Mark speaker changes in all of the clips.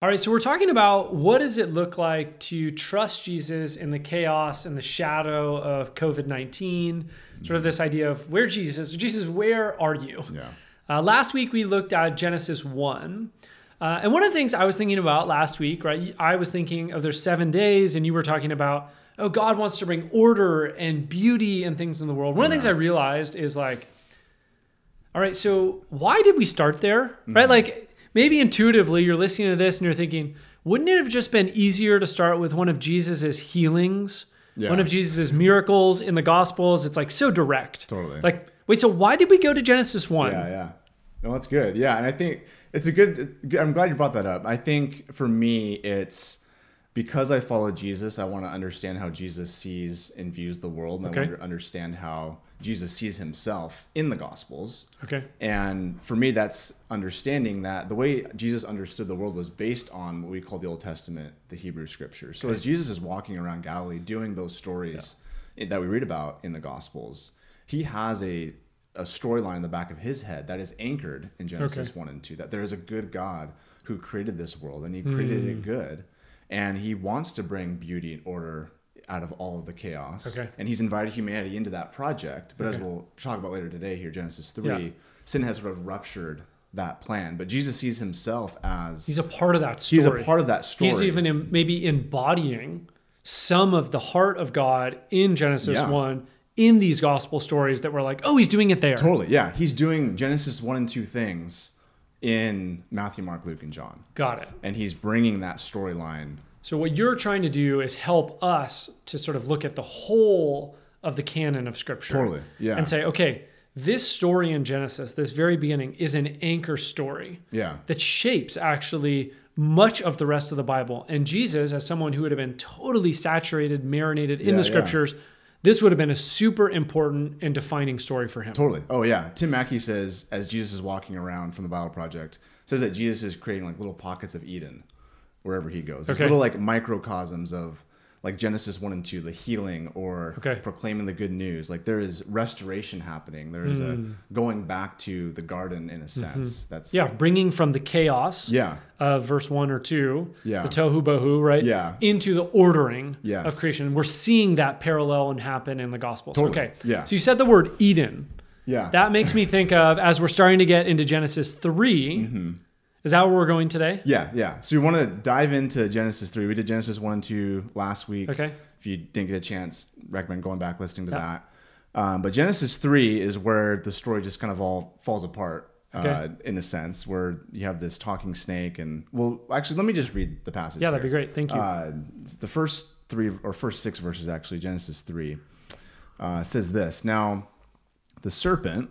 Speaker 1: All right, so we're talking about what does it look like to trust Jesus in the chaos and the shadow of COVID 19, sort of this idea of where Jesus, Jesus, where are you?
Speaker 2: Yeah.
Speaker 1: Uh, last week we looked at Genesis 1. Uh, and one of the things I was thinking about last week, right? I was thinking of there's seven days, and you were talking about, oh, God wants to bring order and beauty and things in the world. One of the things I realized is like, all right, so why did we start there?
Speaker 2: Mm-hmm.
Speaker 1: Right? Like maybe intuitively you're listening to this and you're thinking, wouldn't it have just been easier to start with one of Jesus's healings?
Speaker 2: Yeah.
Speaker 1: One of Jesus's miracles in the gospels. It's like so direct.
Speaker 2: Totally.
Speaker 1: Like, wait, so why did we go to Genesis 1?
Speaker 2: Yeah, yeah. No, that's good. Yeah, and I think it's a good. I'm glad you brought that up. I think for me, it's because I follow Jesus. I want to understand how Jesus sees and views the world, and
Speaker 1: Okay.
Speaker 2: I want to understand how Jesus sees Himself in the Gospels.
Speaker 1: Okay.
Speaker 2: And for me, that's understanding that the way Jesus understood the world was based on what we call the Old Testament, the Hebrew Scriptures. So as Jesus is walking around Galilee doing those stories that we read about in the Gospels, he has a a storyline in the back of his head that is anchored in Genesis
Speaker 1: Okay.
Speaker 2: 1 and 2 that there is a good God who created this world and he created
Speaker 1: Hmm.
Speaker 2: it good and he wants to bring beauty and order out of all of the chaos
Speaker 1: Okay.
Speaker 2: and he's invited humanity into that project but as
Speaker 1: Okay.
Speaker 2: we'll talk about later today here Genesis 3
Speaker 1: Yeah.
Speaker 2: sin has sort of ruptured that plan. But Jesus sees himself as
Speaker 1: He's a part of that story.
Speaker 2: he's part of that story.
Speaker 1: He's even em- maybe embodying some of the heart of God in Genesis
Speaker 2: Yeah.
Speaker 1: 1 in these gospel stories that were like, oh, he's doing it there.
Speaker 2: totally yeah. He's doing Genesis one and two things in Matthew, Mark, Luke, and John,
Speaker 1: Got it.
Speaker 2: and he's bringing that storyline.
Speaker 1: So, what you're trying to do is help us to sort of look at the whole of the canon of Scripture.
Speaker 2: Totally, yeah.
Speaker 1: And say, okay, this story in Genesis, this very beginning, is an anchor story.
Speaker 2: Yeah,
Speaker 1: that shapes actually much of the rest of the Bible. And Jesus, as someone who would have been totally saturated, marinated in
Speaker 2: Yeah,
Speaker 1: the
Speaker 2: yeah.
Speaker 1: scriptures, this would have been a super important and defining story for him.
Speaker 2: totally. Oh yeah. Tim Mackey says as Jesus is walking around from the Bible Project says that Jesus is creating like little pockets of Eden wherever he goes. There's
Speaker 1: Okay.
Speaker 2: little like microcosms of like Genesis one and two, the healing or
Speaker 1: Okay.
Speaker 2: proclaiming the good news. Like there is restoration happening. There is a going back to the garden in a sense. That's
Speaker 1: Hmm. Mm-hmm. Yeah, bringing from the chaos
Speaker 2: yeah,
Speaker 1: of verse one or two,
Speaker 2: Yeah.
Speaker 1: the tohu bohu, right?
Speaker 2: Yeah.
Speaker 1: Into the ordering
Speaker 2: Yes.
Speaker 1: of creation. We're seeing that parallel and happen in the Gospels.
Speaker 2: Totally.
Speaker 1: Okay.
Speaker 2: Yeah.
Speaker 1: So you said the word Eden.
Speaker 2: yeah.
Speaker 1: That makes me think of as we're starting to get into Genesis 3.
Speaker 2: Mm-hmm.
Speaker 1: Is that where we're going today?
Speaker 2: yeah, yeah. So we want to dive into Genesis three. We did Genesis one and two last week.
Speaker 1: Okay.
Speaker 2: If you didn't get a chance, recommend going back listening to that. Um, but Genesis three is where the story just kind of all falls apart. Uh,
Speaker 1: Okay.
Speaker 2: in a sense, where you have this talking snake, and well, actually, let me just read the passage.
Speaker 1: Yeah, that'd be
Speaker 2: here.
Speaker 1: great. Thank you.
Speaker 2: Uh, the first three or first six verses, actually, Genesis 3, uh, says this Now, the serpent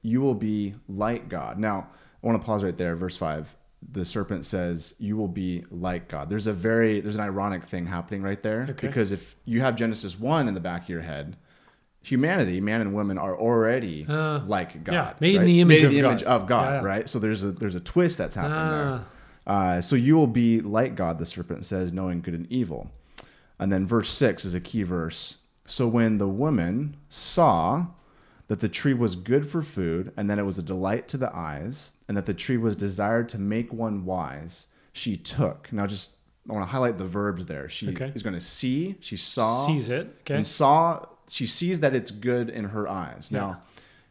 Speaker 2: you will be like God. Now, I want to pause right there, verse 5. The serpent says, You will be like God. There's a very, there's an ironic thing happening right there.
Speaker 1: Okay.
Speaker 2: Because if you have Genesis 1 in the back of your head, humanity, man and women, are already like God.
Speaker 1: Uh, yeah, made in the image of
Speaker 2: Made in the
Speaker 1: God.
Speaker 2: image of God,
Speaker 1: Yeah, yeah.
Speaker 2: right? So there's a there's a twist that's happening
Speaker 1: Ah.
Speaker 2: there. Uh, so you will be like God, the serpent says, knowing good and evil. And then verse six is a key verse. So when the woman saw that the tree was good for food, and that it was a delight to the eyes, and that the tree was desired to make one wise, she took. Now, just I want to highlight the verbs there. She
Speaker 1: Okay.
Speaker 2: is going to see. She saw.
Speaker 1: Sees it. Okay.
Speaker 2: And saw. She sees that it's good in her eyes. Now,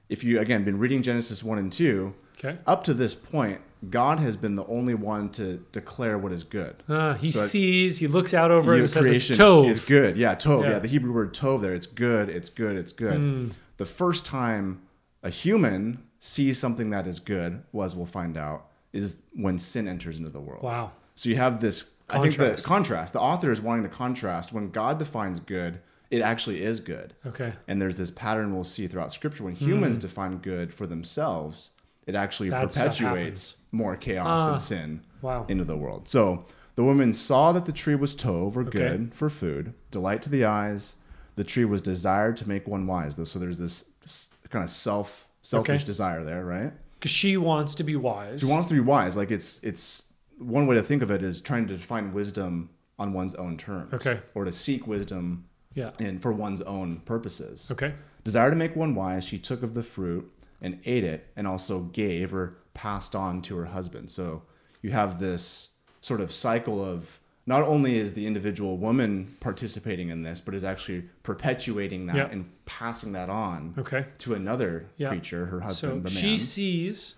Speaker 2: if you again been reading Genesis one and two,
Speaker 1: Okay.
Speaker 2: up to this point, God has been the only one to declare what is good.
Speaker 1: Uh, he
Speaker 2: So it-
Speaker 1: sees, he looks out over it and
Speaker 2: His
Speaker 1: says, it's
Speaker 2: creation
Speaker 1: Tov.
Speaker 2: is good. Yeah, tov.
Speaker 1: Yeah. Hmm.
Speaker 2: Yeah. the Hebrew word tov there. It's good. It's good. It's good. The first time a human sees something that is good was, we'll find out, is when sin enters into the world.
Speaker 1: Wow.
Speaker 2: So you have this. I think
Speaker 1: Contrast.
Speaker 2: the contrast. The author is wanting to contrast when God defines good, it actually is good.
Speaker 1: Okay.
Speaker 2: And there's this pattern we'll see throughout Scripture when humans
Speaker 1: Hmm.
Speaker 2: define good for themselves, it actually
Speaker 1: That stuff
Speaker 2: perpetuates more chaos
Speaker 1: Ah.
Speaker 2: and sin
Speaker 1: Wow.
Speaker 2: into the world. So The woman saw that the tree was tov or
Speaker 1: Okay.
Speaker 2: good for food, delight to the eyes. The tree was desired to make one wise, though. So there's this s- kind of self selfish
Speaker 1: Okay.
Speaker 2: desire there, right?
Speaker 1: Because she wants to be wise.
Speaker 2: She wants to be wise. Like it's it's one way to think of it is trying to define wisdom on one's own terms.
Speaker 1: Okay.
Speaker 2: Or to seek wisdom
Speaker 1: yeah.
Speaker 2: and for one's own purposes.
Speaker 1: Okay.
Speaker 2: Desire to make one wise, she took of the fruit and ate it, and also gave or passed on to her husband. So you have this sort of cycle of not only is the individual woman participating in this, but is actually perpetuating that
Speaker 1: Yeah.
Speaker 2: and passing that on
Speaker 1: Okay.
Speaker 2: to another
Speaker 1: Yeah.
Speaker 2: creature, her
Speaker 1: So
Speaker 2: husband, the
Speaker 1: she
Speaker 2: man.
Speaker 1: sees,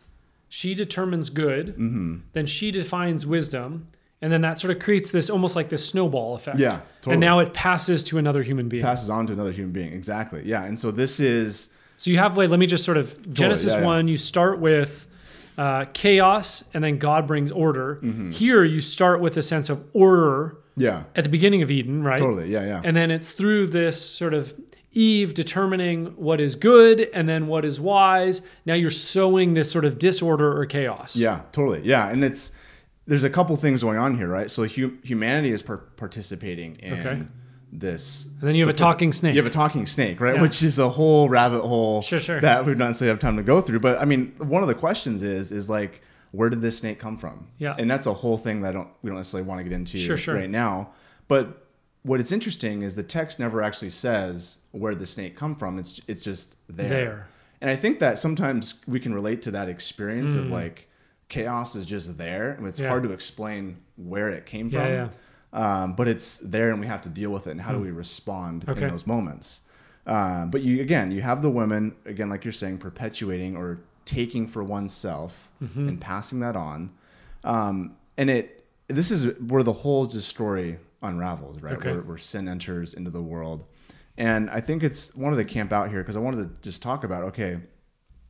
Speaker 1: she determines good,
Speaker 2: Mm-hmm.
Speaker 1: then she defines wisdom, and then that sort of creates this almost like this snowball effect.
Speaker 2: Yeah,
Speaker 1: And
Speaker 2: totally.
Speaker 1: now it passes to another human being.
Speaker 2: passes on to another human being. Exactly. Yeah. And so this is
Speaker 1: so you have, wait, let me just sort of Genesis
Speaker 2: yeah, yeah.
Speaker 1: 1, you start with uh, chaos and then God brings order.
Speaker 2: Mm-hmm.
Speaker 1: Here you start with a sense of order
Speaker 2: yeah.
Speaker 1: at the beginning of Eden, right?
Speaker 2: Totally. Yeah. Yeah.
Speaker 1: And then it's through this sort of Eve determining what is good and then what is wise. Now you're sowing this sort of disorder or chaos.
Speaker 2: Yeah, totally. Yeah, and it's there's a couple things going on here, right? So hu- humanity is par- participating in
Speaker 1: Okay.
Speaker 2: this.
Speaker 1: And then you have a talking snake.
Speaker 2: You have a talking snake, right?
Speaker 1: Yeah.
Speaker 2: Which is a whole rabbit hole
Speaker 1: Sure, sure.
Speaker 2: that we would not necessarily have time to go through. But I mean, one of the questions is is like, where did this snake come from?
Speaker 1: Yeah.
Speaker 2: and that's a whole thing that I don't we don't necessarily want to get into
Speaker 1: Sure, sure.
Speaker 2: right now. But what it's interesting is the text never actually says where the snake come from. It's it's just there.
Speaker 1: There.
Speaker 2: And I think that sometimes we can relate to that experience of like chaos is just there and it's
Speaker 1: Mm. Yeah.
Speaker 2: hard to explain where it came
Speaker 1: Yeah,
Speaker 2: from.
Speaker 1: yeah. Mm.
Speaker 2: Um, but it's there and we have to deal with it. And how do we respond
Speaker 1: Okay.
Speaker 2: in those moments? Uh, but you, again, you have the women, again, like you're saying, perpetuating or taking for oneself
Speaker 1: Mm-hmm.
Speaker 2: and passing that on. Um, and it, this is where the whole just story unravels, right?
Speaker 1: Okay.
Speaker 2: Where, where sin enters into the world. And I think it's wanted to camp out here because I wanted to just talk about okay,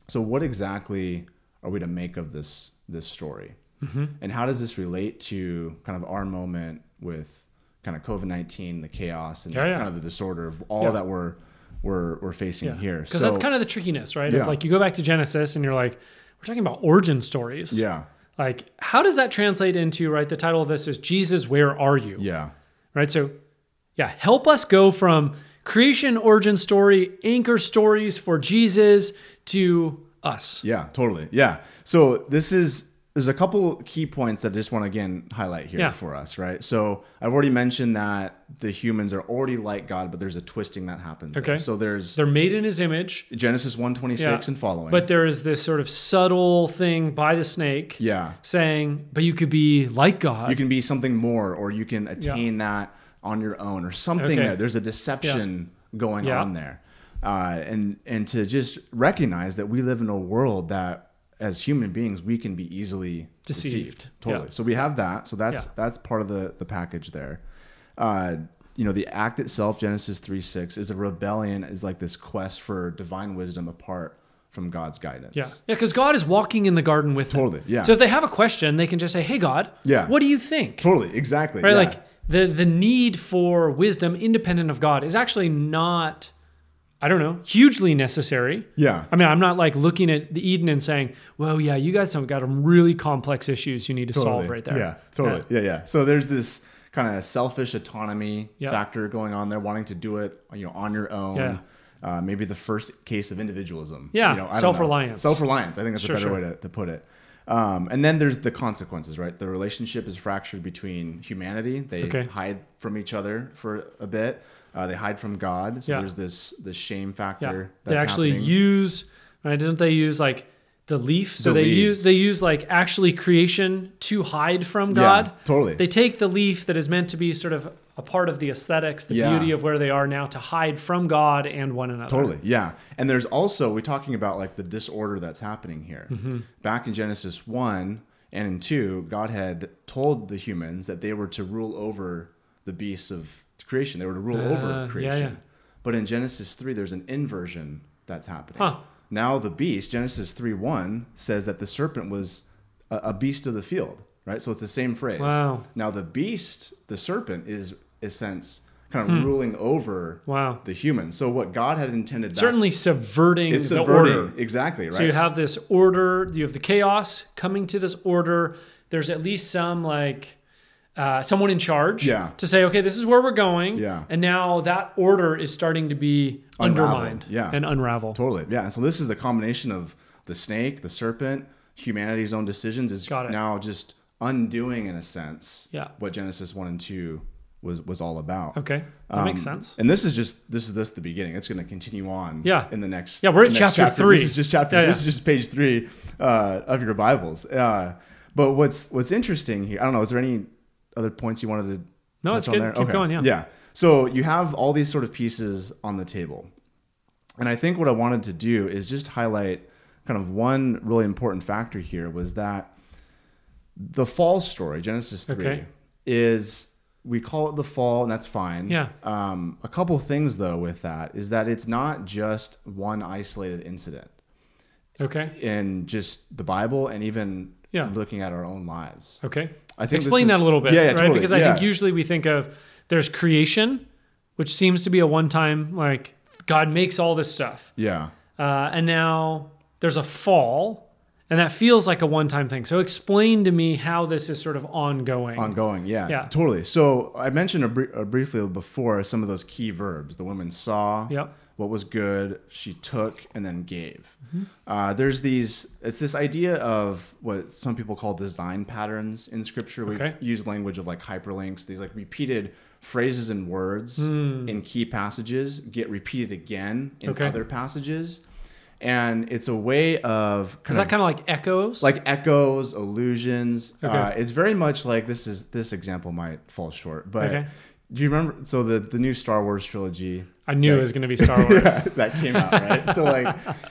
Speaker 2: so what exactly are we to make of this this story,
Speaker 1: Mm-hmm.
Speaker 2: and how does this relate to kind of our moment with kind of COVID nineteen, the chaos, and
Speaker 1: Yeah, yeah.
Speaker 2: kind of the disorder of all
Speaker 1: Yeah.
Speaker 2: that we're we're we're facing here.
Speaker 1: Because that's kind of the trickiness, right? If
Speaker 2: Yeah.
Speaker 1: like you go back to Genesis and you're like, we're talking about origin stories.
Speaker 2: yeah,
Speaker 1: Like, how does that translate into, right? The title of this is Jesus, Where Are You?
Speaker 2: yeah,
Speaker 1: Right? So, yeah, help us go from creation origin story, anchor stories for Jesus to us.
Speaker 2: yeah, totally, yeah. So this is there's a couple key points that I just want to again highlight here
Speaker 1: Yeah.
Speaker 2: for us, right? So I've already mentioned that the humans are already like God, but there's a twisting that happens. there.
Speaker 1: Okay.
Speaker 2: so there's
Speaker 1: They're made in his image,
Speaker 2: Genesis one twenty six
Speaker 1: Yeah.
Speaker 2: and following.
Speaker 1: but there is this sort of subtle thing by the snake
Speaker 2: yeah,
Speaker 1: saying, but you could be like God.
Speaker 2: you can be something more, or you can attain that on your own, or something.
Speaker 1: Okay.
Speaker 2: There, there's a deception going
Speaker 1: Yeah.
Speaker 2: on there, uh, and and to just recognize that we live in a world that, as human beings, we can be easily
Speaker 1: Deceived.
Speaker 2: deceived. Totally.
Speaker 1: Yeah.
Speaker 2: So we have that. So that's
Speaker 1: Yeah.
Speaker 2: that's part of the the package there. Uh, you know, the act itself, Genesis three six, is a rebellion. Is like this quest for divine wisdom apart from God's guidance.
Speaker 1: Yeah. Yeah, because God is walking in the garden with them.
Speaker 2: Totally, yeah.
Speaker 1: So if they have a question, they can just say, Hey God,
Speaker 2: Yeah.
Speaker 1: what do you think?
Speaker 2: Totally. Exactly.
Speaker 1: Right?
Speaker 2: yeah.
Speaker 1: Like the the need for wisdom independent of God is actually not, I don't know, hugely necessary.
Speaker 2: yeah.
Speaker 1: I mean, I'm not like looking at the Eden and saying, Well, yeah, you guys have got some really complex issues you need to solve right there.
Speaker 2: Yeah, totally. Yeah, yeah. So there's this kind of selfish autonomy
Speaker 1: Yeah.
Speaker 2: factor going on there, wanting to do it, you know, on your own.
Speaker 1: Yeah.
Speaker 2: Uh, maybe the first case of individualism.
Speaker 1: Yeah,
Speaker 2: you know, I don't know.
Speaker 1: self-reliance.
Speaker 2: Self-reliance. I think that's
Speaker 1: Sure,
Speaker 2: a better
Speaker 1: sure.
Speaker 2: way to, to put it. Um, and then there's the consequences, right? The relationship is fractured between humanity. They
Speaker 1: Okay.
Speaker 2: hide from each other for a bit. Uh, they hide from God. So
Speaker 1: Yeah.
Speaker 2: there's this this shame factor.
Speaker 1: Yeah. they
Speaker 2: That's
Speaker 1: actually
Speaker 2: happening.
Speaker 1: use right, didn't they use like the leaf? So
Speaker 2: The
Speaker 1: they use
Speaker 2: leaves.
Speaker 1: they use like actually creation to hide from
Speaker 2: Yeah,
Speaker 1: God.
Speaker 2: totally.
Speaker 1: They take the leaf that is meant to be sort of a part of the aesthetics, the
Speaker 2: Yeah.
Speaker 1: beauty of where they are now to hide from God and one another.
Speaker 2: Totally, yeah. And there's also we're talking about like the disorder that's happening here.
Speaker 1: Mm-hmm.
Speaker 2: Back in Genesis one and in two, God had told the humans that they were to rule over the beasts of creation. They were to rule
Speaker 1: Ah, yeah,
Speaker 2: over creation.
Speaker 1: yeah.
Speaker 2: But in Genesis three, there's an inversion that's happening.
Speaker 1: Huh.
Speaker 2: Now the beast, Genesis three one, says that the serpent was a, a beast of the field. Right, so it's the same phrase.
Speaker 1: Wow.
Speaker 2: Now the beast, the serpent, is in a sense kind of ruling over
Speaker 1: Hmm. Wow.
Speaker 2: the human. So what God had intended back-
Speaker 1: Certainly subverting
Speaker 2: it's
Speaker 1: the
Speaker 2: subverting
Speaker 1: order.
Speaker 2: exactly right.
Speaker 1: So you have this order, you have the chaos coming to this order. There's at least some like uh, someone in charge
Speaker 2: Yeah.
Speaker 1: to say, okay, this is where we're going.
Speaker 2: Yeah.
Speaker 1: And now that order is starting to be
Speaker 2: Unraveled.
Speaker 1: undermined
Speaker 2: Yeah.
Speaker 1: and unravel.
Speaker 2: Totally. Yeah. And so this is the combination of the snake, the serpent, humanity's own decisions is
Speaker 1: Got it.
Speaker 2: now just undoing in a sense
Speaker 1: Yeah.
Speaker 2: what Genesis 1 and 2 was was all about.
Speaker 1: Okay. That makes
Speaker 2: Um,
Speaker 1: sense.
Speaker 2: And this is just this is this the beginning. It's going to continue on.
Speaker 1: Yeah.
Speaker 2: In the next.
Speaker 1: Yeah, we're at
Speaker 2: the next
Speaker 1: chapter three.
Speaker 2: This is just chapter.
Speaker 1: Yeah, yeah.
Speaker 2: This is just page three uh, of your Bibles. Uh, but what's what's interesting here? I don't know. Is there any other points you wanted to?
Speaker 1: No,
Speaker 2: touch
Speaker 1: it's
Speaker 2: on
Speaker 1: good.
Speaker 2: There?
Speaker 1: Keep going, yeah.
Speaker 2: Yeah. So you have all these sort of pieces on the table, and I think what I wanted to do is just highlight kind of one really important factor here was that the fall story, Genesis 3,
Speaker 1: Okay.
Speaker 2: is we call it the fall, and that's fine.
Speaker 1: Yeah.
Speaker 2: Um, a couple things, though, with that is that it's not just one isolated incident
Speaker 1: Okay.
Speaker 2: in just the Bible and even
Speaker 1: Yeah.
Speaker 2: looking at our own lives.
Speaker 1: Okay.
Speaker 2: I think this
Speaker 1: explain
Speaker 2: is-
Speaker 1: that a little bit,
Speaker 2: Yeah, yeah,
Speaker 1: right?
Speaker 2: totally,
Speaker 1: Because I think
Speaker 2: yeah.
Speaker 1: usually we think of there's creation, which seems to be a one-time like God makes all this stuff,
Speaker 2: Yeah.
Speaker 1: uh, and now there's a fall, and that feels like a one-time thing. So explain to me how this is sort of ongoing.
Speaker 2: Ongoing, yeah,
Speaker 1: Yeah.
Speaker 2: totally. So I mentioned a br- uh, briefly before some of those key verbs. The woman saw
Speaker 1: Yep.
Speaker 2: what was good, she took, and then gave.
Speaker 1: Mm-hmm.
Speaker 2: Uh, there's these. It's this idea of what some people call design patterns in Scripture. We
Speaker 1: Okay.
Speaker 2: have used language of like hyperlinks. These like repeated phrases and words in key passages get repeated again in
Speaker 1: Hmm. Okay.
Speaker 2: other passages, and it's a way of
Speaker 1: is
Speaker 2: kind
Speaker 1: that kind of like echoes?
Speaker 2: like echoes, illusions.
Speaker 1: Okay.
Speaker 2: Uh, it's very much like this is this example might fall short, but
Speaker 1: Okay.
Speaker 2: do you remember? So the the new Star Wars trilogy.
Speaker 1: I knew it was going to be Star Wars.
Speaker 2: that came out right. So like,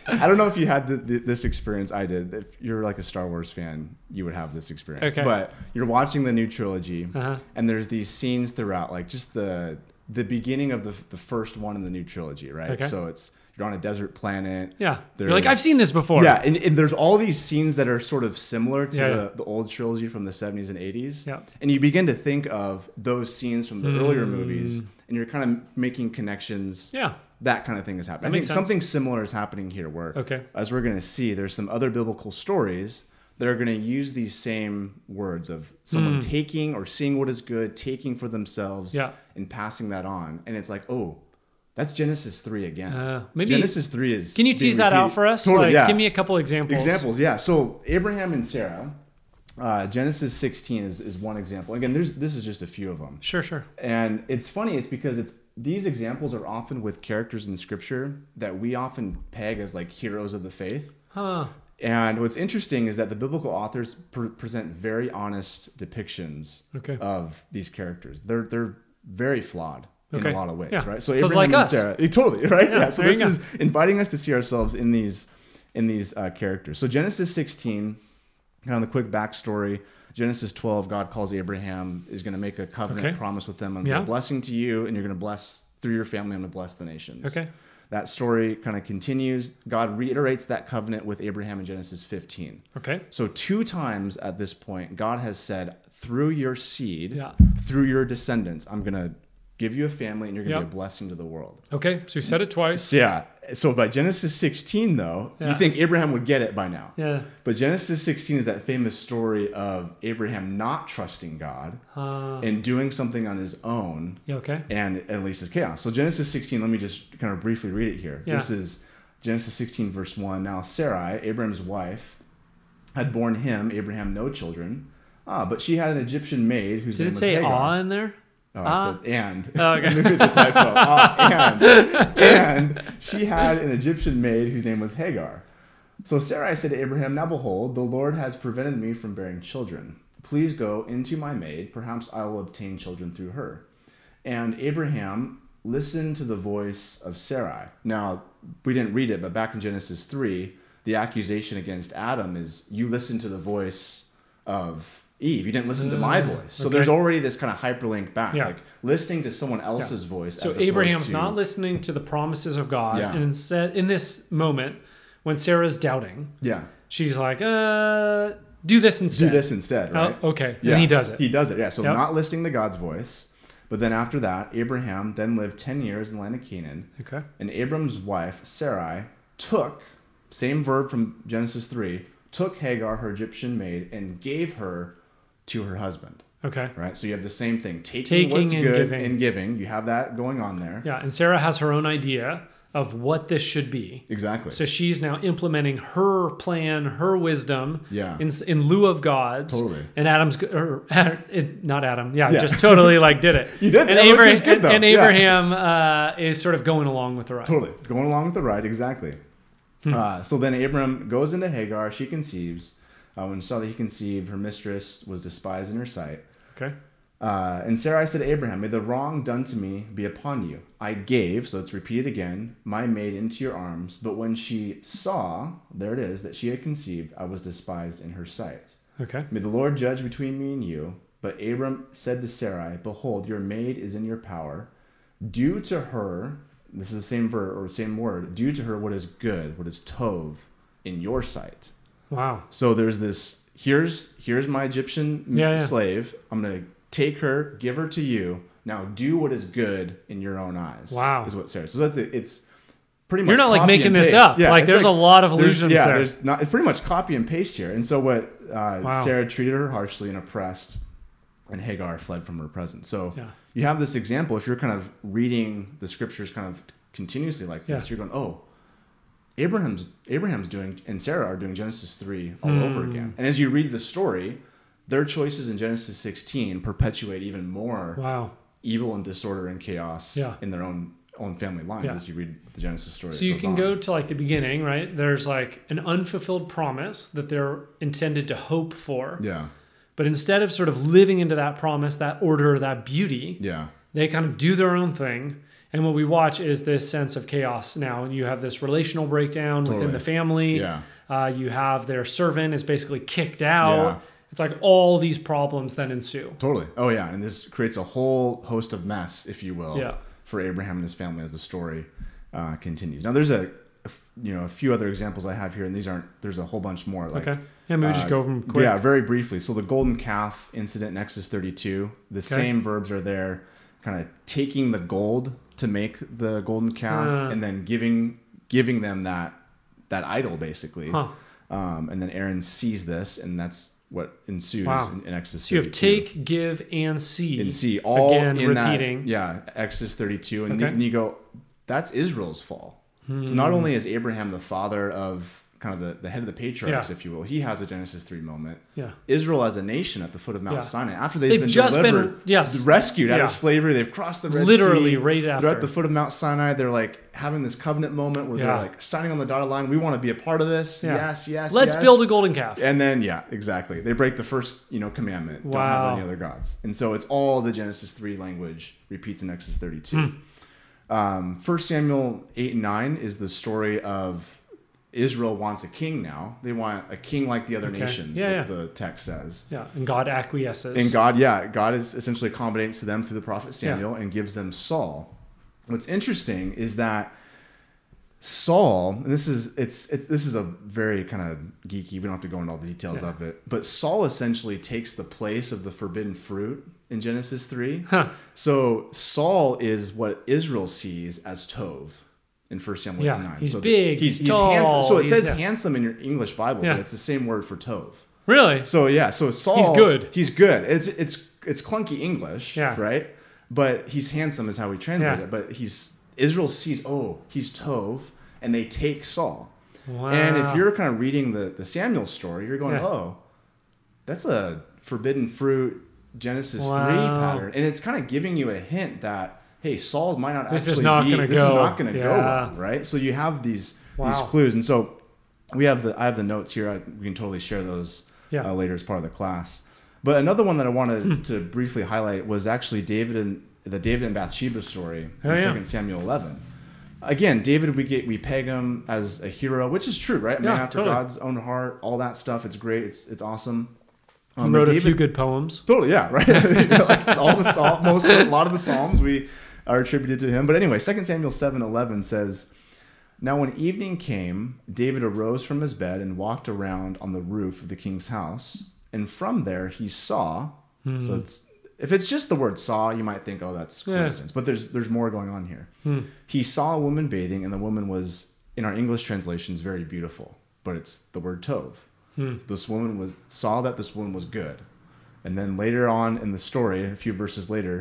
Speaker 2: I don't know if you had the, the, this experience. I did. If you're like a Star Wars fan, you would have this experience.
Speaker 1: Okay.
Speaker 2: But you're watching the new trilogy,
Speaker 1: Uh-huh.
Speaker 2: and there's these scenes throughout, like just the the beginning of the the first one in the new trilogy, right?
Speaker 1: Okay.
Speaker 2: So it's you're on a desert planet.
Speaker 1: Yeah. You're
Speaker 2: There's-
Speaker 1: like I've seen this before.
Speaker 2: Yeah, and, and there's all these scenes that are sort of similar to
Speaker 1: Yeah,
Speaker 2: the,
Speaker 1: yeah.
Speaker 2: the old trilogy from the 70s and 80s.
Speaker 1: Yeah.
Speaker 2: And you begin to think of those scenes from the earlier movies,
Speaker 1: Mm.
Speaker 2: and you're kind of making connections.
Speaker 1: Yeah.
Speaker 2: That kind of thing is happening. I
Speaker 1: That
Speaker 2: think
Speaker 1: makes sense.
Speaker 2: something similar is happening here where,
Speaker 1: Okay.
Speaker 2: as we're going to see, there's some other biblical stories that are going to use these same words of someone taking or seeing what is good, taking for themselves,
Speaker 1: Hmm. Yeah.
Speaker 2: and passing that on. And it's like, oh, that's Genesis 3 again.
Speaker 1: Uh, maybe-
Speaker 2: Genesis 3 is.
Speaker 1: Can you
Speaker 2: being
Speaker 1: tease that out
Speaker 2: repeated.
Speaker 1: for us?
Speaker 2: Totally,
Speaker 1: like,
Speaker 2: yeah.
Speaker 1: Give me a couple examples.
Speaker 2: Examples, yeah. So Abraham and Sarah, uh, Genesis 16 is, is one example. Again, there's this is just a few of them.
Speaker 1: Sure, sure.
Speaker 2: And it's funny, it's because it's these examples are often with characters in scripture that we often peg as like heroes of the faith.
Speaker 1: Huh.
Speaker 2: And what's interesting is that the biblical authors pr- present very honest depictions
Speaker 1: Okay.
Speaker 2: of these characters. They're they're very flawed in
Speaker 1: Okay.
Speaker 2: a lot of ways,
Speaker 1: Yeah.
Speaker 2: right? So
Speaker 1: So
Speaker 2: Abraham
Speaker 1: like
Speaker 2: and
Speaker 1: us.
Speaker 2: Sarah, eh, totally, right? Yeah.
Speaker 1: Yeah,
Speaker 2: So
Speaker 1: there
Speaker 2: this
Speaker 1: you
Speaker 2: is inviting us to see ourselves in these in these uh, characters. So Genesis 16, kind of the quick backstory. Genesis 12, God calls Abraham is going to make a covenant
Speaker 1: Okay.
Speaker 2: promise with them. I'm
Speaker 1: Yeah.
Speaker 2: a blessing to you, and you're going to bless through your family. I'm going to bless the nations.
Speaker 1: Okay.
Speaker 2: That story kind of continues. God reiterates that covenant with Abraham in Genesis 15.
Speaker 1: Okay.
Speaker 2: So two times at this point, God has said, through your seed,
Speaker 1: Yeah.
Speaker 2: through your descendants, I'm gonna give you a family and you're gonna
Speaker 1: Yep.
Speaker 2: be a blessing to the world.
Speaker 1: Okay. So you said it twice.
Speaker 2: So yeah. So by Genesis 16, though, you
Speaker 1: Yeah.
Speaker 2: think Abraham would get it by now.
Speaker 1: Yeah.
Speaker 2: But Genesis 16 is that famous story of Abraham not trusting God
Speaker 1: Uh,
Speaker 2: and doing something on his own
Speaker 1: yeah. Okay.
Speaker 2: and it releases chaos. So Genesis 16, let me just kind of briefly read it here.
Speaker 1: Yeah.
Speaker 2: This is Genesis 16, verse 1. Now Sarai, Abraham's wife, had borne him, Abraham, no children. Ah, but she had an Egyptian maid whose
Speaker 1: Did
Speaker 2: name
Speaker 1: it
Speaker 2: was
Speaker 1: say
Speaker 2: Hagar.
Speaker 1: awe in there?
Speaker 2: Oh, I
Speaker 1: Ah.
Speaker 2: said and.
Speaker 1: Oh, okay.
Speaker 2: Maybe it's a typo. Ah, and. And she had an Egyptian maid whose name was Hagar. So Sarai said to Abraham, Now behold, the Lord has prevented me from bearing children. Please go into my maid. Perhaps I will obtain children through her. And Abraham listened to the voice of Sarai. Now, we didn't read it, but back in Genesis 3, the accusation against Adam is you listened to the voice of Eve. You didn't listen to my voice. So
Speaker 1: Uh, okay.
Speaker 2: there's already this kind of hyperlink back,
Speaker 1: Yeah.
Speaker 2: like listening to someone else's voice.
Speaker 1: So
Speaker 2: as opposed
Speaker 1: Abraham's
Speaker 2: to-
Speaker 1: not listening to the promises of God,
Speaker 2: Yeah.
Speaker 1: and instead, in this moment, when Sarah's doubting,
Speaker 2: Yeah,
Speaker 1: she's like, "Uh, do this
Speaker 2: do
Speaker 1: instead."
Speaker 2: this instead,
Speaker 1: Oh,
Speaker 2: right?
Speaker 1: okay.
Speaker 2: Yeah.
Speaker 1: And he does it.
Speaker 2: He does it. Yeah. So
Speaker 1: Yep.
Speaker 2: not listening to God's voice, but then after that, Abraham then lived ten years in the land of Canaan,
Speaker 1: okay.
Speaker 2: and Abram's wife Sarai took same verb from Genesis three took Hagar her Egyptian maid and gave her to her husband.
Speaker 1: Okay.
Speaker 2: right? So you have the same thing taking,
Speaker 1: Taking
Speaker 2: what's
Speaker 1: and
Speaker 2: good
Speaker 1: giving.
Speaker 2: and giving. You have that going on there.
Speaker 1: Yeah. And Sarah has her own idea of what this should be.
Speaker 2: Exactly.
Speaker 1: So she's now implementing her plan, her wisdom,
Speaker 2: Yeah.
Speaker 1: in, in lieu of God's.
Speaker 2: Totally.
Speaker 1: And Adam's, go- or, it- not Adam, yeah,
Speaker 2: Yeah.
Speaker 1: just totally like did it.
Speaker 2: You did.
Speaker 1: And,
Speaker 2: That was
Speaker 1: Abra-
Speaker 2: just good,
Speaker 1: and,
Speaker 2: though.
Speaker 1: and
Speaker 2: Yeah.
Speaker 1: Abraham uh, is sort of going along with the ride.
Speaker 2: totally going along with the ride. Exactly. Uh, so then Abram goes into Hagar. She conceives. Uh, when she saw that he conceived, her mistress was despised in her sight.
Speaker 1: Okay.
Speaker 2: Uh, and Sarai said to Abraham, May the wrong done to me be upon you. I gave, so let's repeat it again, my maid into your arms. But when she saw, there it is, that she had conceived, I was despised in her sight.
Speaker 1: Okay.
Speaker 2: May the Lord judge between me and you. But Abram said to Sarai, Behold, your maid is in your power. Do to her, this is the same verb or same word, do to her what is good, what is tov, in your sight.
Speaker 1: Wow.
Speaker 2: So there's this. Here's here's my Egyptian m-
Speaker 1: Yeah, yeah.
Speaker 2: slave. I'm gonna take her, give her to you. Now do what is good in your own eyys.
Speaker 1: Wow.
Speaker 2: is what Sarah. So that's it. It's pretty much.
Speaker 1: You're not, like,
Speaker 2: copy
Speaker 1: making
Speaker 2: and
Speaker 1: this
Speaker 2: paste.
Speaker 1: up. Like,
Speaker 2: it's
Speaker 1: there's a lot of
Speaker 2: there's-
Speaker 1: allusions
Speaker 2: yeah,
Speaker 1: there.
Speaker 2: there's not. It's pretty much copy and paste here. And so what uh,
Speaker 1: Wow.
Speaker 2: Sarah treated her harshly and oppressed, and Hagar fled from her presence. So
Speaker 1: Yeah.
Speaker 2: you have this example. If you're kind of reading the scriptures kind of continuously like this,
Speaker 1: Yeah.
Speaker 2: you're going, oh. Abraham's Abraham's doing and Sarah are doing Genesis 3 all over
Speaker 1: Hmm.
Speaker 2: again. And as you read the story, their choices in Genesis 16 perpetuate even more
Speaker 1: Wow.
Speaker 2: evil and disorder and chaos
Speaker 1: Yeah.
Speaker 2: in their own own family lines
Speaker 1: Yeah.
Speaker 2: as you read the Genesis story.
Speaker 1: So
Speaker 2: that
Speaker 1: you
Speaker 2: goes
Speaker 1: can
Speaker 2: on.
Speaker 1: go to like the beginning, right? There's like an unfulfilled promise that they're intended to hope for.
Speaker 2: Yeah.
Speaker 1: But instead of sort of living into that promise, that order, that beauty,
Speaker 2: Yeah.
Speaker 1: they kind of do their own thing. And what we watch is this sense of chaos now. And you have this relational breakdown within
Speaker 2: Totally.
Speaker 1: the family.
Speaker 2: Yeah.
Speaker 1: Uh, you have their servant is basically kicked out.
Speaker 2: Yeah.
Speaker 1: It's like all these problems then ensue.
Speaker 2: Totally. Oh yeah, and this creates a whole host of mess, if you will,
Speaker 1: Yeah.
Speaker 2: for Abraham and his family as the story uh, continues. Now there's a a f- you know a few other examples I have here, and these aren't. There's a whole bunch more. Like
Speaker 1: Okay. Yeah, maybe just
Speaker 2: Uh,
Speaker 1: go over them quick.
Speaker 2: Yeah, very briefly. So the golden calf incident in Exodus 32, the same verbs are there, kind of taking the gold to make the golden calf
Speaker 1: Ah.
Speaker 2: and then giving giving them that that idol basically.
Speaker 1: Huh.
Speaker 2: Um, and then Aaron sees this and that's what ensues
Speaker 1: Wow.
Speaker 2: in, in Exodus
Speaker 1: So you have
Speaker 2: 32.
Speaker 1: take, give, and see.
Speaker 2: and see all
Speaker 1: Again,
Speaker 2: in
Speaker 1: repeating.
Speaker 2: that yeah, Exodus 32 and
Speaker 1: Okay. Hmm.
Speaker 2: then you go that's Israel's fall. So not only is Abraham the father of kind of the, the head of the patriarchs,
Speaker 1: Yeah.
Speaker 2: if you will, he has a Genesis 3 moment.
Speaker 1: Yeah.
Speaker 2: Israel as a nation at the foot of Mount
Speaker 1: Yeah.
Speaker 2: Sinai after they've,
Speaker 1: They've
Speaker 2: been
Speaker 1: just been-
Speaker 2: delivered,
Speaker 1: yes.
Speaker 2: rescued out
Speaker 1: Yeah.
Speaker 2: of slavery. They've crossed the Red
Speaker 1: Literally
Speaker 2: Sea.
Speaker 1: right
Speaker 2: They're
Speaker 1: after.
Speaker 2: at the foot of Mount Sinai. They're like having this covenant moment where
Speaker 1: Yeah.
Speaker 2: they're like signing on the dotted line. We want to be a part of this.
Speaker 1: Yeah.
Speaker 2: Yes, yes.
Speaker 1: Let's
Speaker 2: yes.
Speaker 1: build a golden calf.
Speaker 2: And then yeah, exactly. They break the first you know commandment. Don't
Speaker 1: Wow.
Speaker 2: have any other gods. And so it's all the Genesis three language repeats in Exodus thirty two.
Speaker 1: Hmm.
Speaker 2: Um, 1 Samuel 8 and 9 is the story of Israel wants a king now. They want a king like the other
Speaker 1: Okay.
Speaker 2: nations,
Speaker 1: Yeah,
Speaker 2: the,
Speaker 1: yeah.
Speaker 2: the text says.
Speaker 1: Yeah, and God acquiesces.
Speaker 2: And God, yeah, God is essentially accommodates to them through the prophet Samuel and gives them Saul. What's interesting is that Saul, and this is it's, it's this is a very kind of geeky. We don't have to go into all the details of it, but Saul essentially takes the place of the forbidden fruit in Genesis three.
Speaker 1: Huh.
Speaker 2: So Saul is what Israel sees as Tov in First Samuel
Speaker 1: Yeah,
Speaker 2: 8 9.
Speaker 1: he's
Speaker 2: so the-
Speaker 1: big,
Speaker 2: he's,
Speaker 1: he's
Speaker 2: he's handsome. So
Speaker 1: tall,
Speaker 2: it
Speaker 1: he's-
Speaker 2: says
Speaker 1: yeah.
Speaker 2: handsome in your English Bible,
Speaker 1: Yeah.
Speaker 2: but it's the same word for Tov.
Speaker 1: really?
Speaker 2: So yeah, so Saul
Speaker 1: He's good.
Speaker 2: He's good. It's it's it's clunky English,
Speaker 1: Yeah.
Speaker 2: right? But he's handsome is how we translate
Speaker 1: Yeah.
Speaker 2: it. But he's Israel sees, oh, he's Tov, and they take Saul.
Speaker 1: Wow.
Speaker 2: And if you're kind of reading the the Samuel story, you're going,
Speaker 1: Yeah.
Speaker 2: oh, that's a forbidden fruit Genesis three
Speaker 1: Wow.
Speaker 2: pattern, and it's kind of giving you a hint that hey, Saul might not
Speaker 1: This is
Speaker 2: actually
Speaker 1: not
Speaker 2: be
Speaker 1: gonna
Speaker 2: this is
Speaker 1: go.
Speaker 2: not going to go
Speaker 1: Yeah.
Speaker 2: well, right? So you have these these
Speaker 1: Wow.
Speaker 2: clues, and so we have the I have the notes here. I, we can totally share those
Speaker 1: Yeah. Hmm.
Speaker 2: uh, later as part of the class. But another one that I wanted to briefly highlight was actually David and the David and Bathsheba story
Speaker 1: Oh,
Speaker 2: in
Speaker 1: yeah.
Speaker 2: Second Samuel eleven. Again, David, we get we peg him as a hero, which is true, right? I mean,
Speaker 1: Yeah,
Speaker 2: after
Speaker 1: totally.
Speaker 2: God's own heart, all that stuff. It's great. It's it's awesome. Um, but
Speaker 1: wrote a
Speaker 2: David-
Speaker 1: few good poems.
Speaker 2: Totally, yeah, right. Like, all the psalm, most a lot of the psalms we are attributed to him. But anyway, 2 Samuel seven eleven says, "Now when evening came, David arose from his bed and walked around on the roof of the king's house, and from there he saw." So it's if it's just the word "saw," you might think, "Oh, that's
Speaker 1: Yeah.
Speaker 2: coincidence," but there's there's more going on here. He saw a woman bathing, and the woman was, in our English translations, very
Speaker 1: Mm.
Speaker 2: beautiful, but it's the word "tov." This woman was saw that this woman was good And then later on in the story, a few verses later,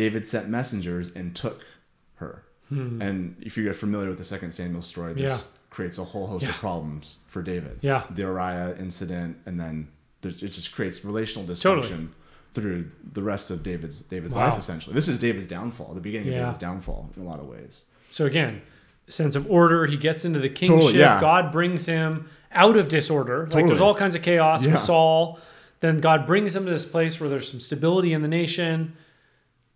Speaker 2: David sent messengers and took her. And if you're familiar with the Second Samuel story, this
Speaker 1: Hmm. Yeah.
Speaker 2: creates a whole host of
Speaker 1: Yeah.
Speaker 2: problems for David.
Speaker 1: Yeah.
Speaker 2: The Uriah incident, and then there's, it just creates relational dysfunction
Speaker 1: Totally.
Speaker 2: through the rest of David's David's
Speaker 1: Wow.
Speaker 2: life. Essentially, this is David's downfall, the beginning
Speaker 1: Yeah.
Speaker 2: of David's downfall in a lot of ways.
Speaker 1: So again, sense of order. He gets into the kingship.
Speaker 2: yeah.
Speaker 1: God brings him out of disorder. Like there's
Speaker 2: Totally.
Speaker 1: all kinds of chaos
Speaker 2: Yeah.
Speaker 1: with Saul. Then God brings him to this place where there's some stability in the nation.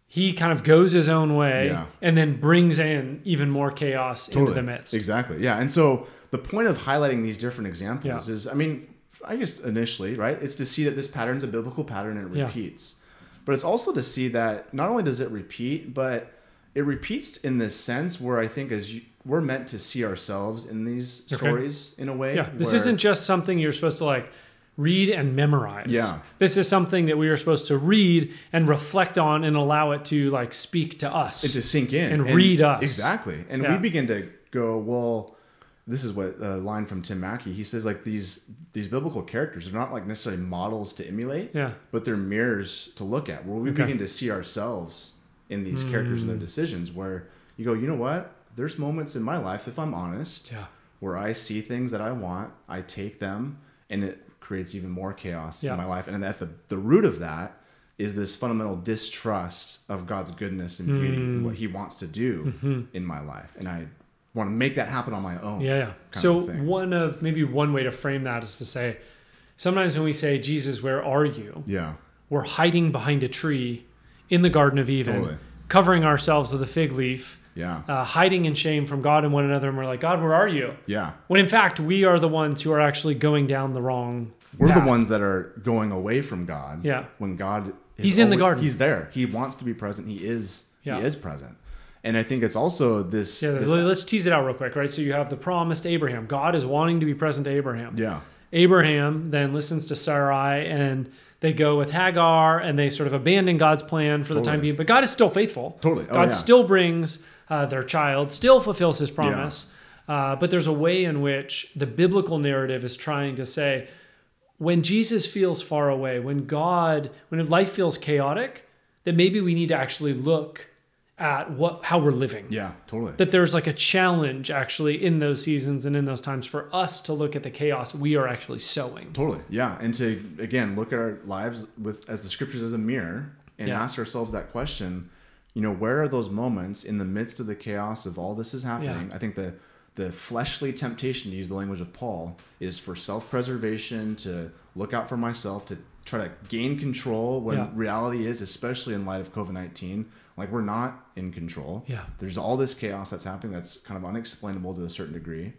Speaker 1: He kind of goes his own way
Speaker 2: Yeah.
Speaker 1: and then brings in even more chaos into the midst.
Speaker 2: Exactly. Yeah. And so the point of highlighting these different examples
Speaker 1: Yeah.
Speaker 2: is, I mean, I guess initially, right, it's to see that this pattern's a biblical pattern and it
Speaker 1: Yeah.
Speaker 2: repeats. But it's also to see that not only does it repeat, but it repeats in this sense where I think as you, we're meant to see ourselves in these
Speaker 1: Okay.
Speaker 2: stories in a way.
Speaker 1: Yeah. This
Speaker 2: where-
Speaker 1: isn't just something you're supposed to like read and memorize.
Speaker 2: Yeah.
Speaker 1: This is something that we are supposed to read and reflect on and allow it to like speak to us.
Speaker 2: and to sink in
Speaker 1: And read us.
Speaker 2: exactly and
Speaker 1: Yeah.
Speaker 2: we begin to go well this is what a line from tim mackey he says like these these biblical characters are not like necessarily models to emulate
Speaker 1: Yeah.
Speaker 2: but they're mirrors to look at where we
Speaker 1: Okay. Hmm.
Speaker 2: begin to see ourselves in these characters and their decisions where you go you know what there's moments in my life if i'm honest
Speaker 1: yeah.
Speaker 2: where i see things that i want i take them and it creates even more chaos
Speaker 1: Yeah.
Speaker 2: in my life and at the, the root of that is this fundamental distrust of god's goodness and beauty
Speaker 1: Hmm.
Speaker 2: and what he wants to do in my life and i want to make that happen on my own
Speaker 1: Mm-hmm. Yeah, yeah.
Speaker 2: of
Speaker 1: So
Speaker 2: thing.
Speaker 1: one of maybe one way to frame that is to say, sometimes when we say Jesus, where are you?
Speaker 2: yeah
Speaker 1: We're hiding behind a tree in the Garden of Eden,
Speaker 2: Totally.
Speaker 1: covering ourselves with a fig leaf,
Speaker 2: yeah
Speaker 1: uh, hiding in shame from God and one another, and we're like, God, where are you?
Speaker 2: yeah
Speaker 1: When in fact we are the ones who are actually going down the wrong.
Speaker 2: we're
Speaker 1: path.
Speaker 2: the ones that are going away from god
Speaker 1: Yeah.
Speaker 2: when god is
Speaker 1: He's in the
Speaker 2: alwa-
Speaker 1: garden.
Speaker 2: he's there he wants to be present he is
Speaker 1: Yeah.
Speaker 2: he is present and i think it's also this
Speaker 1: Yeah,
Speaker 2: this-
Speaker 1: let's tease it out real quick, right? So you have the promised Abraham. God is wanting to be present to Abraham.
Speaker 2: yeah
Speaker 1: Abraham then listens to Sarai and they go with Hagar and they sort of abandon God's plan for the time
Speaker 2: Totally.
Speaker 1: being. But God is still faithful.
Speaker 2: Totally. Oh,
Speaker 1: God
Speaker 2: yeah.
Speaker 1: still brings uh, their child, still fulfills his promise. Uh, but there's a way in which the biblical narrative is trying to say when Jesus feels far away, when God, when life feels chaotic, that maybe we need to actually look at what how we're living
Speaker 2: yeah totally
Speaker 1: that there's like a challenge actually in those seasons and in those times for us to look at the chaos we are actually sowing.
Speaker 2: Totally. Yeah. And to again look at our lives with as the scriptures as a mirror and
Speaker 1: Yeah.
Speaker 2: ask ourselves that question, you know, where are those moments in the midst of the chaos of all this is happening? I think the the fleshly temptation to use the language of Paul is for self-preservation, to look out for myself, to try to gain control when
Speaker 1: Yeah.
Speaker 2: reality is, especially in light of COVID nineteen, like we're not in control.
Speaker 1: Yeah.
Speaker 2: There's all this chaos that's happening that's kind of unexplainable to a certain degree.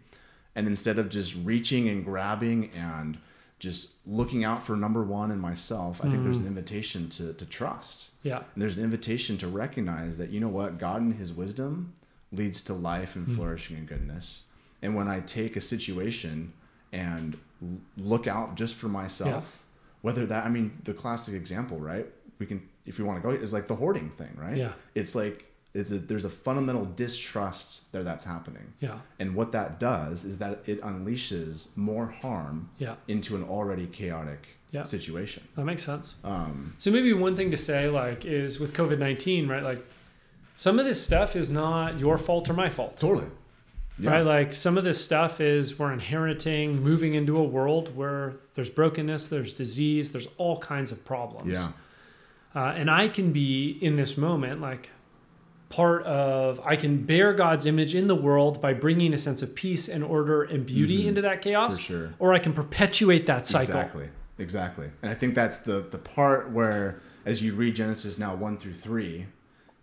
Speaker 2: And instead of just reaching and grabbing and just looking out for number one and myself, I think there's an invitation to, to trust.
Speaker 1: Yeah.
Speaker 2: And there's an invitation to recognize that, you know what, God in his wisdom leads to life
Speaker 1: Hmm.
Speaker 2: and flourishing and goodness. And when I take a situation and l- look out just for myself, whether that, I mean, the classic example, right? We can, if you want to go, is like the hoarding thing, right?
Speaker 1: Yeah.
Speaker 2: It's like, it's a, there's a fundamental distrust there that's happening.
Speaker 1: Yeah.
Speaker 2: And what that does is that it unleashes more harm
Speaker 1: Yeah.
Speaker 2: into an already chaotic
Speaker 1: Yeah.
Speaker 2: situation.
Speaker 1: That makes sense.
Speaker 2: Um,
Speaker 1: So maybe one thing to say like is with COVID-19, right? Like some of this stuff is not your fault or my fault.
Speaker 2: totally. Yeah.
Speaker 1: Right? Like some of this stuff is we're inheriting moving into a world where there's brokenness, there's disease, there's all kinds of problems.
Speaker 2: Yeah.
Speaker 1: Uh, and I can be in this moment like part of, I can bear God's image in the world by bringing a sense of peace and order and beauty into that chaos.
Speaker 2: Mm-hmm. For sure.
Speaker 1: Or I can perpetuate that cycle.
Speaker 2: Exactly. Exactly. And I think that's the the part where as you read Genesis now 1 through 3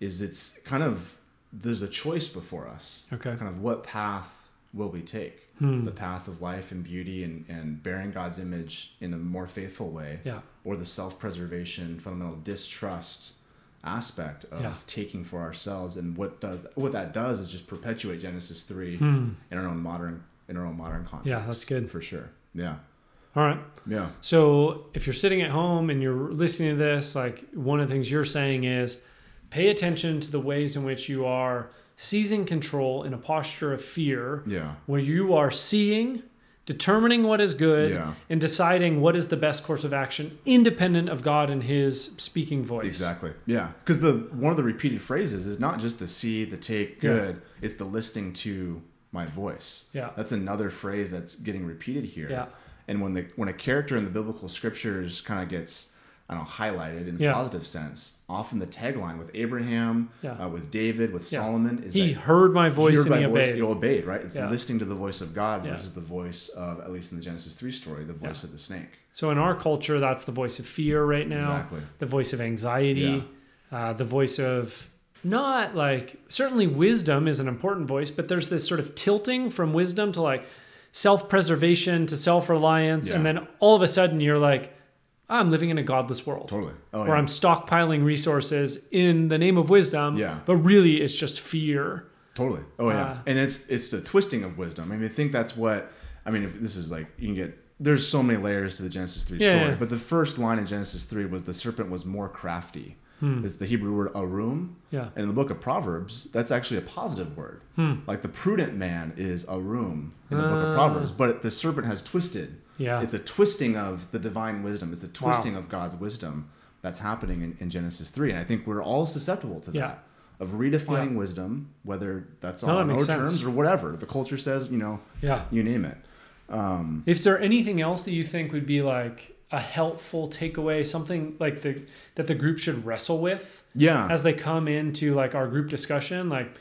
Speaker 2: is it's kind of there's a choice before us.
Speaker 1: Okay.
Speaker 2: Kind of what path will we take?
Speaker 1: Hmm.
Speaker 2: The path of life and beauty and and bearing God's image in a more faithful way
Speaker 1: Yeah.
Speaker 2: or the self-preservation fundamental distrust aspect of
Speaker 1: Yeah.
Speaker 2: taking for ourselves and what does what that does is just perpetuate Genesis 3 in our own modern in our own modern context.
Speaker 1: Hmm. that's good.
Speaker 2: For sure. Yeah.
Speaker 1: All right.
Speaker 2: Yeah.
Speaker 1: So if you're sitting at home and you're listening to this, like one of the things you're saying is pay attention to the ways in which you are seizing control in a posture of fear
Speaker 2: Yeah.
Speaker 1: where you are seeing determining what is good
Speaker 2: Yeah.
Speaker 1: and deciding what is the best course of action independent of God and his speaking voice.
Speaker 2: Exactly. Yeah, because the one of the repeated phrases is not just the see, the take,
Speaker 1: Yeah.
Speaker 2: good. It's the listening to my voice.
Speaker 1: Yeah.
Speaker 2: that's another phrase that's getting repeated here.
Speaker 1: Yeah.
Speaker 2: and when the when a character in the biblical scriptures kind of gets I don't know, highlighted in
Speaker 1: Yeah.
Speaker 2: a positive sense, often the tagline with Abraham,
Speaker 1: Yeah.
Speaker 2: uh, with David, with
Speaker 1: Yeah.
Speaker 2: Solomon is
Speaker 1: He
Speaker 2: that
Speaker 1: heard my voice
Speaker 2: hear
Speaker 1: and
Speaker 2: by
Speaker 1: he
Speaker 2: voice,
Speaker 1: obeyed.
Speaker 2: you obeyed, right? It's
Speaker 1: Yeah.
Speaker 2: listening to the voice of God
Speaker 1: Yeah.
Speaker 2: versus the voice of, at least in the Genesis 3 story, the voice
Speaker 1: Yeah.
Speaker 2: of the snake.
Speaker 1: So in our culture, that's the voice of fear right now,
Speaker 2: Exactly.
Speaker 1: the voice of anxiety, uh, the voice of not like certainly wisdom is an important voice, but there's this sort of tilting from wisdom to like self preservation to self reliance. And
Speaker 2: Yeah.
Speaker 1: then all of a sudden you're like, I'm living in a godless world.
Speaker 2: Totally. Oh,
Speaker 1: Or
Speaker 2: yeah.
Speaker 1: I'm stockpiling resources in the name of wisdom.
Speaker 2: Yeah.
Speaker 1: But really, it's just fear.
Speaker 2: Totally. Oh yeah,
Speaker 1: Uh,
Speaker 2: and it's it's the twisting of wisdom. I mean, I think that's what I mean. If this is like you can get there's so many layers to the Genesis three
Speaker 1: Yeah,
Speaker 2: story,
Speaker 1: yeah.
Speaker 2: but the first line in Genesis three was the serpent was more crafty. It's the Hebrew word arum.
Speaker 1: Hmm. Yeah.
Speaker 2: And in the book of Proverbs, that's actually a positive word.
Speaker 1: Hmm.
Speaker 2: Like the prudent man is arum in the
Speaker 1: Ah.
Speaker 2: book of Proverbs, but the serpent has twisted.
Speaker 1: Yeah.
Speaker 2: It's a twisting of the divine wisdom. It's a twisting of God's wisdom that's happening in, in Genesis three, and I think we're all susceptible to that
Speaker 1: Yeah.
Speaker 2: of redefining wisdom, whether that's
Speaker 1: No,
Speaker 2: on
Speaker 1: that
Speaker 2: our
Speaker 1: makes sense.
Speaker 2: terms or whatever the culture says, you know,
Speaker 1: Yeah.
Speaker 2: you name it.
Speaker 1: Is there anything else that you think would be like a helpful takeaway, something like the that the group should wrestle with
Speaker 2: Yeah,
Speaker 1: as they come into like our group discussion? Like,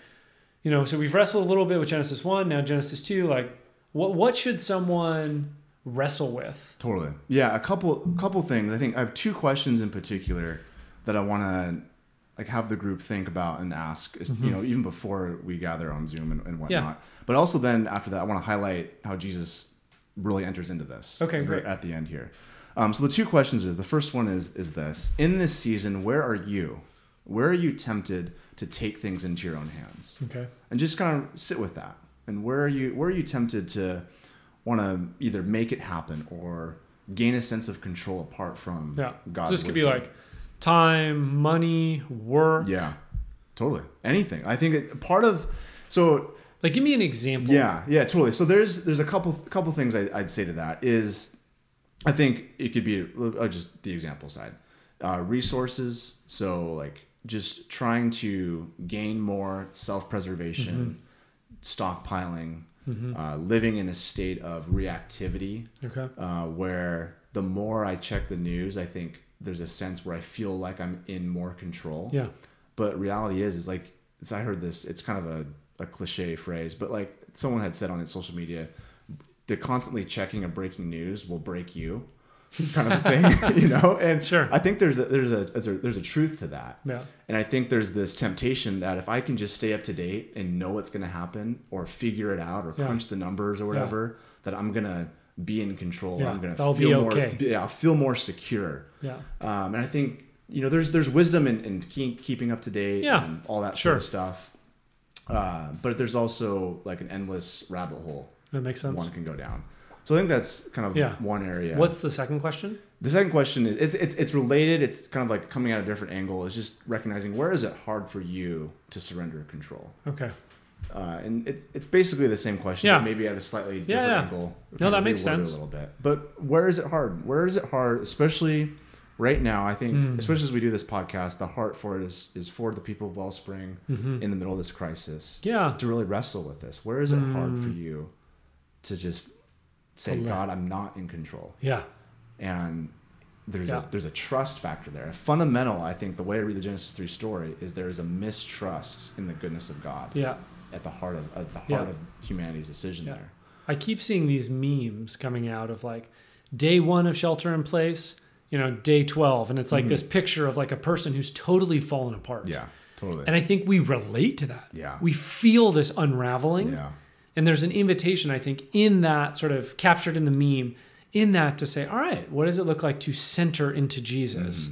Speaker 1: you know, so we've wrestled a little bit with Genesis one, now Genesis two. Like, what what should someone wrestle with?
Speaker 2: totally. Yeah, a couple couple things. I think I have two questions in particular that I want to like have the group think about and ask, is,
Speaker 1: Mm-hmm.
Speaker 2: you know, even before we gather on Zoom and, and whatnot. But also then after that, I want to highlight how Jesus really enters into this.
Speaker 1: Okay,
Speaker 2: right
Speaker 1: great.
Speaker 2: At the end here. Um, so the two questions are the first one is is this in this season, where are you? Where are you tempted to take things into your own hands?
Speaker 1: Okay.
Speaker 2: and just kind of sit with that. And where are you where are you tempted to want to either make it happen or gain a sense of control apart from
Speaker 1: Yeah.
Speaker 2: God's
Speaker 1: this could be
Speaker 2: wisdom?
Speaker 1: like time, money, work.
Speaker 2: yeah, totally anything. I think it, part of so
Speaker 1: Like, give me an example.
Speaker 2: yeah yeah totally. So there's there's a couple couple things I, I'd say to that is I think it could be uh, just the example side uh, resources. So like just trying to gain more self preservation. stockpiling, uh, living in a state of reactivity,
Speaker 1: Okay.
Speaker 2: uh, where the more I check the news, I think there's a sense where I feel like I'm in more control.
Speaker 1: Yeah.
Speaker 2: But reality is, is like so I heard this. It's kind of a, a cliche phrase, but like someone had said on its social media, the constantly checking and breaking news will break you, kind of thing, you know. And
Speaker 1: Sure.
Speaker 2: I think there's a, there's a there's a there's a truth to that.
Speaker 1: Yeah.
Speaker 2: And I think there's this temptation that if I can just stay up to date and know what's going to happen or figure it out or
Speaker 1: Yeah.
Speaker 2: crunch the numbers or whatever, that I'm going to be in control.
Speaker 1: Yeah,
Speaker 2: I'm going to
Speaker 1: that'll
Speaker 2: feel
Speaker 1: be
Speaker 2: more,
Speaker 1: okay.
Speaker 2: yeah, I'll feel more secure.
Speaker 1: Yeah.
Speaker 2: Um, and I think, you know, there's, there's wisdom in, in keep, keeping up to date
Speaker 1: Yeah,
Speaker 2: and all that
Speaker 1: sure.
Speaker 2: sort of stuff. Uh, but there's also like an endless rabbit hole
Speaker 1: That makes sense.
Speaker 2: one can go down. So I think that's kind of
Speaker 1: Yeah.
Speaker 2: one area.
Speaker 1: What's the second question?
Speaker 2: The second question is it's, it's it's related. It's kind of like coming at a different angle. It's just recognizing where is it hard for you to surrender control,
Speaker 1: Okay.
Speaker 2: uh, and it's it's basically the same question,
Speaker 1: Yeah.
Speaker 2: but maybe at a slightly different
Speaker 1: yeah.
Speaker 2: angle.
Speaker 1: No,
Speaker 2: Kind
Speaker 1: that
Speaker 2: of
Speaker 1: makes
Speaker 2: reword it
Speaker 1: sense.
Speaker 2: a little bit. But where is it hard? Where is it hard, especially right now? I think,
Speaker 1: Hmm.
Speaker 2: especially as we do this podcast, the heart for it is is for the people of Wellspring
Speaker 1: Mm-hmm.
Speaker 2: in the middle of this crisis
Speaker 1: Yeah.
Speaker 2: to really wrestle with this. Where is it hard
Speaker 1: Hmm.
Speaker 2: for you to just say,
Speaker 1: To let-
Speaker 2: God, I'm not in control?
Speaker 1: Yeah.
Speaker 2: and there's
Speaker 1: Yeah.
Speaker 2: a there's a trust factor there. Fundamental, I think, the way I read the Genesis three story is there is a mistrust in the goodness of God
Speaker 1: Yeah.
Speaker 2: at the heart of at the
Speaker 1: Yeah.
Speaker 2: heart of humanity's decision
Speaker 1: Yeah.
Speaker 2: there.
Speaker 1: I keep seeing these memes coming out of like day one of shelter in place, you know, day 12. And it's
Speaker 2: Mm-hmm.
Speaker 1: like this picture of like a person who's totally fallen apart.
Speaker 2: totally.
Speaker 1: And I think we relate to that.
Speaker 2: Yeah.
Speaker 1: We feel this unraveling.
Speaker 2: yeah,
Speaker 1: And there's an invitation, I think, in that sort of captured in the meme, in that to say, all right, what does it look like to center into Jesus?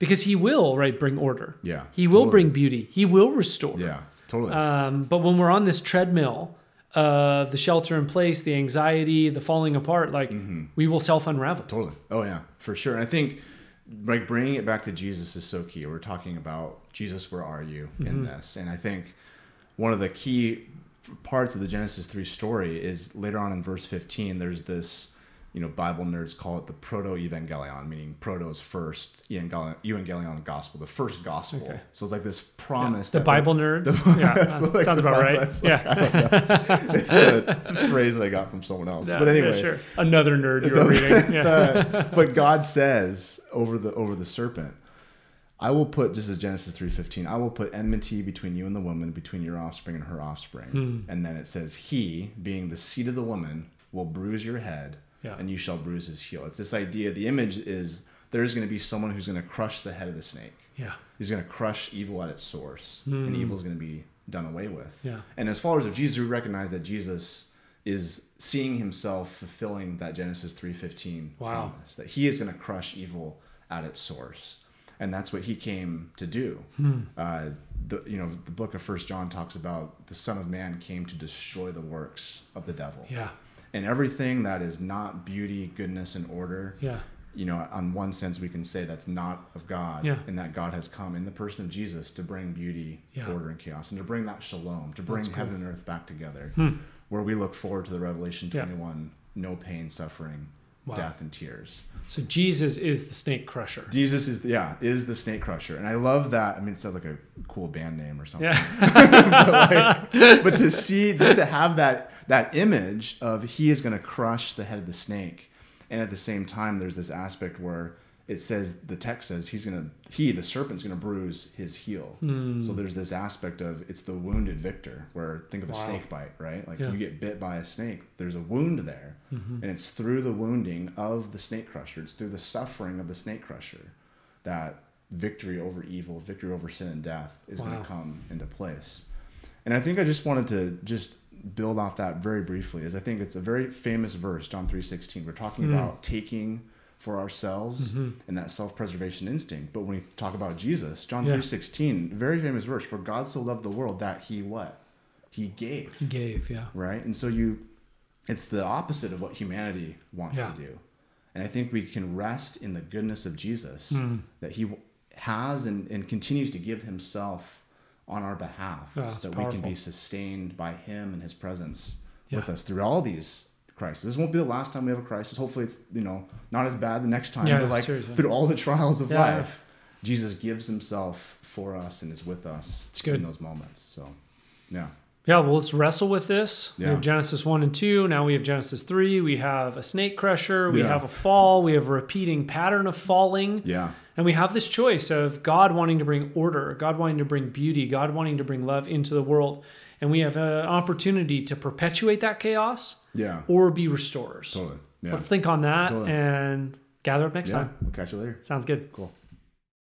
Speaker 1: Because he will, right, bring order.
Speaker 2: Mm-hmm. Yeah,
Speaker 1: He will
Speaker 2: totally.
Speaker 1: bring beauty. He will restore.
Speaker 2: yeah, totally.
Speaker 1: Um, but when we're on this treadmill of the shelter in place, the anxiety, the falling apart, like we will self unravel.
Speaker 2: Mm-hmm. Totally. Oh yeah, for sure. And I think like bringing it back to Jesus is so key. We're
Speaker 1: Mm-hmm.
Speaker 2: talking about Jesus, where are you in this? And I think one of the key parts of the Genesis 3 story is later on in verse 15, there's this, you know, Bible nerds call it the proto evangelion, meaning proto is first, evangelion, evangelion the gospel, the first gospel.
Speaker 1: Okay.
Speaker 2: So it's like this promise
Speaker 1: The
Speaker 2: that
Speaker 1: Bible nerds. yeah,
Speaker 2: That's
Speaker 1: uh,
Speaker 2: like
Speaker 1: sounds
Speaker 2: the
Speaker 1: about
Speaker 2: Bible-
Speaker 1: right.
Speaker 2: that's like-
Speaker 1: Yeah.
Speaker 2: it's, a, it's a phrase that I got from someone else.
Speaker 1: Yeah,
Speaker 2: but
Speaker 1: yeah,
Speaker 2: anyway,
Speaker 1: sure. Another nerd you were reading. Yeah.
Speaker 2: the- but God says over the over the serpent, I will put just as Genesis three fifteen. I will put enmity between you and the woman, between your offspring and her offspring.
Speaker 1: Hmm.
Speaker 2: And then it says, He, being the seed of the woman, will bruise your head,
Speaker 1: Yeah.
Speaker 2: and you shall bruise his heel. It's this idea. The image is there is going to be someone who's going to crush the head of the snake.
Speaker 1: yeah.
Speaker 2: He's going to crush evil at its source, and evil is going to be done away with.
Speaker 1: Hmm. Yeah.
Speaker 2: And as followers of Jesus, we recognize that Jesus is seeing himself fulfilling that Genesis 3:15
Speaker 1: Wow.
Speaker 2: promise that he is going to crush evil at its source. And that's what he came to do.
Speaker 1: Hmm.
Speaker 2: Uh, the, you know, the book of First John talks about the Son of Man came to destroy the works of the devil.
Speaker 1: Yeah.
Speaker 2: And everything that is not beauty, goodness, and order
Speaker 1: Yeah.
Speaker 2: you know, on one sense, we can say that's not of God,
Speaker 1: Yeah.
Speaker 2: and that God has come in the person of Jesus to bring beauty,
Speaker 1: Yeah.
Speaker 2: order, and chaos, and to bring that shalom, to bring
Speaker 1: That's cool. Hmm.
Speaker 2: heaven and earth back together, where we look forward to the Revelation
Speaker 1: Yeah.
Speaker 2: 21 no pain, suffering,
Speaker 1: Wow.
Speaker 2: death, and tears.
Speaker 1: So Jesus is the snake crusher.
Speaker 2: Jesus is, yeah, is the snake crusher. And I love that. I mean, it sounds like a cool band name or something.
Speaker 1: Yeah.
Speaker 2: but to see just to have that that image of he is going to crush the head of the snake and at the same time there's this aspect where it says the text says he's going to he the serpent's going to bruise his heel so there's this aspect of it's the wounded victor where think of a
Speaker 1: Wow.
Speaker 2: snake bite right like
Speaker 1: Yeah. Mm-hmm.
Speaker 2: you get bit by a snake there's a wound there and it's through the wounding of the snake crusher it's through the suffering of the snake crusher that victory over evil victory over sin and death is going
Speaker 1: Wow.
Speaker 2: to come into place and I think I just wanted to just build off that very briefly, as I think it's a very famous verse, John three sixteen. We're talking
Speaker 1: Mm.
Speaker 2: about taking for ourselves
Speaker 1: Mm-hmm.
Speaker 2: and that self preservation instinct. But when we talk about Jesus, John
Speaker 1: Yeah.
Speaker 2: three sixteen, very famous verse. For God so loved the world that He what he gave,
Speaker 1: Gave. Yeah.
Speaker 2: right? And so you, it's the opposite of what humanity wants
Speaker 1: Yeah.
Speaker 2: to do. And I think we can rest in the goodness of Jesus
Speaker 1: Hmm.
Speaker 2: that He has and, and continues to give Himself on our behalf
Speaker 1: Yeah, that's
Speaker 2: so that we
Speaker 1: Ah, powerful.
Speaker 2: can be sustained by Him and His presence with
Speaker 1: Yeah.
Speaker 2: us through all these crises. This won't be the last time we have a crisis. Hopefully, it's you know not as bad the next time.
Speaker 1: Yeah,
Speaker 2: but like
Speaker 1: seriously.
Speaker 2: through all the trials of
Speaker 1: Yeah, yeah.
Speaker 2: life, Jesus gives Himself for us and is with us
Speaker 1: It's good.
Speaker 2: in those moments. So, yeah,
Speaker 1: Yeah, well, let's wrestle with this. We
Speaker 2: Yeah.
Speaker 1: have Genesis 1 and 2. Now we have Genesis 3. We have a snake crusher. We
Speaker 2: Yeah.
Speaker 1: have a fall. We have a repeating pattern of falling.
Speaker 2: yeah,
Speaker 1: And we have this choice of God wanting to bring order, God wanting to bring beauty, God wanting to bring love into the world. And we have an opportunity to perpetuate that chaos
Speaker 2: yeah,
Speaker 1: or be restorers.
Speaker 2: totally, yeah.
Speaker 1: Let's think on that
Speaker 2: Totally.
Speaker 1: and gather up next
Speaker 2: Yeah,
Speaker 1: time.
Speaker 2: we'll catch you later.
Speaker 1: Sounds good.
Speaker 2: Cool.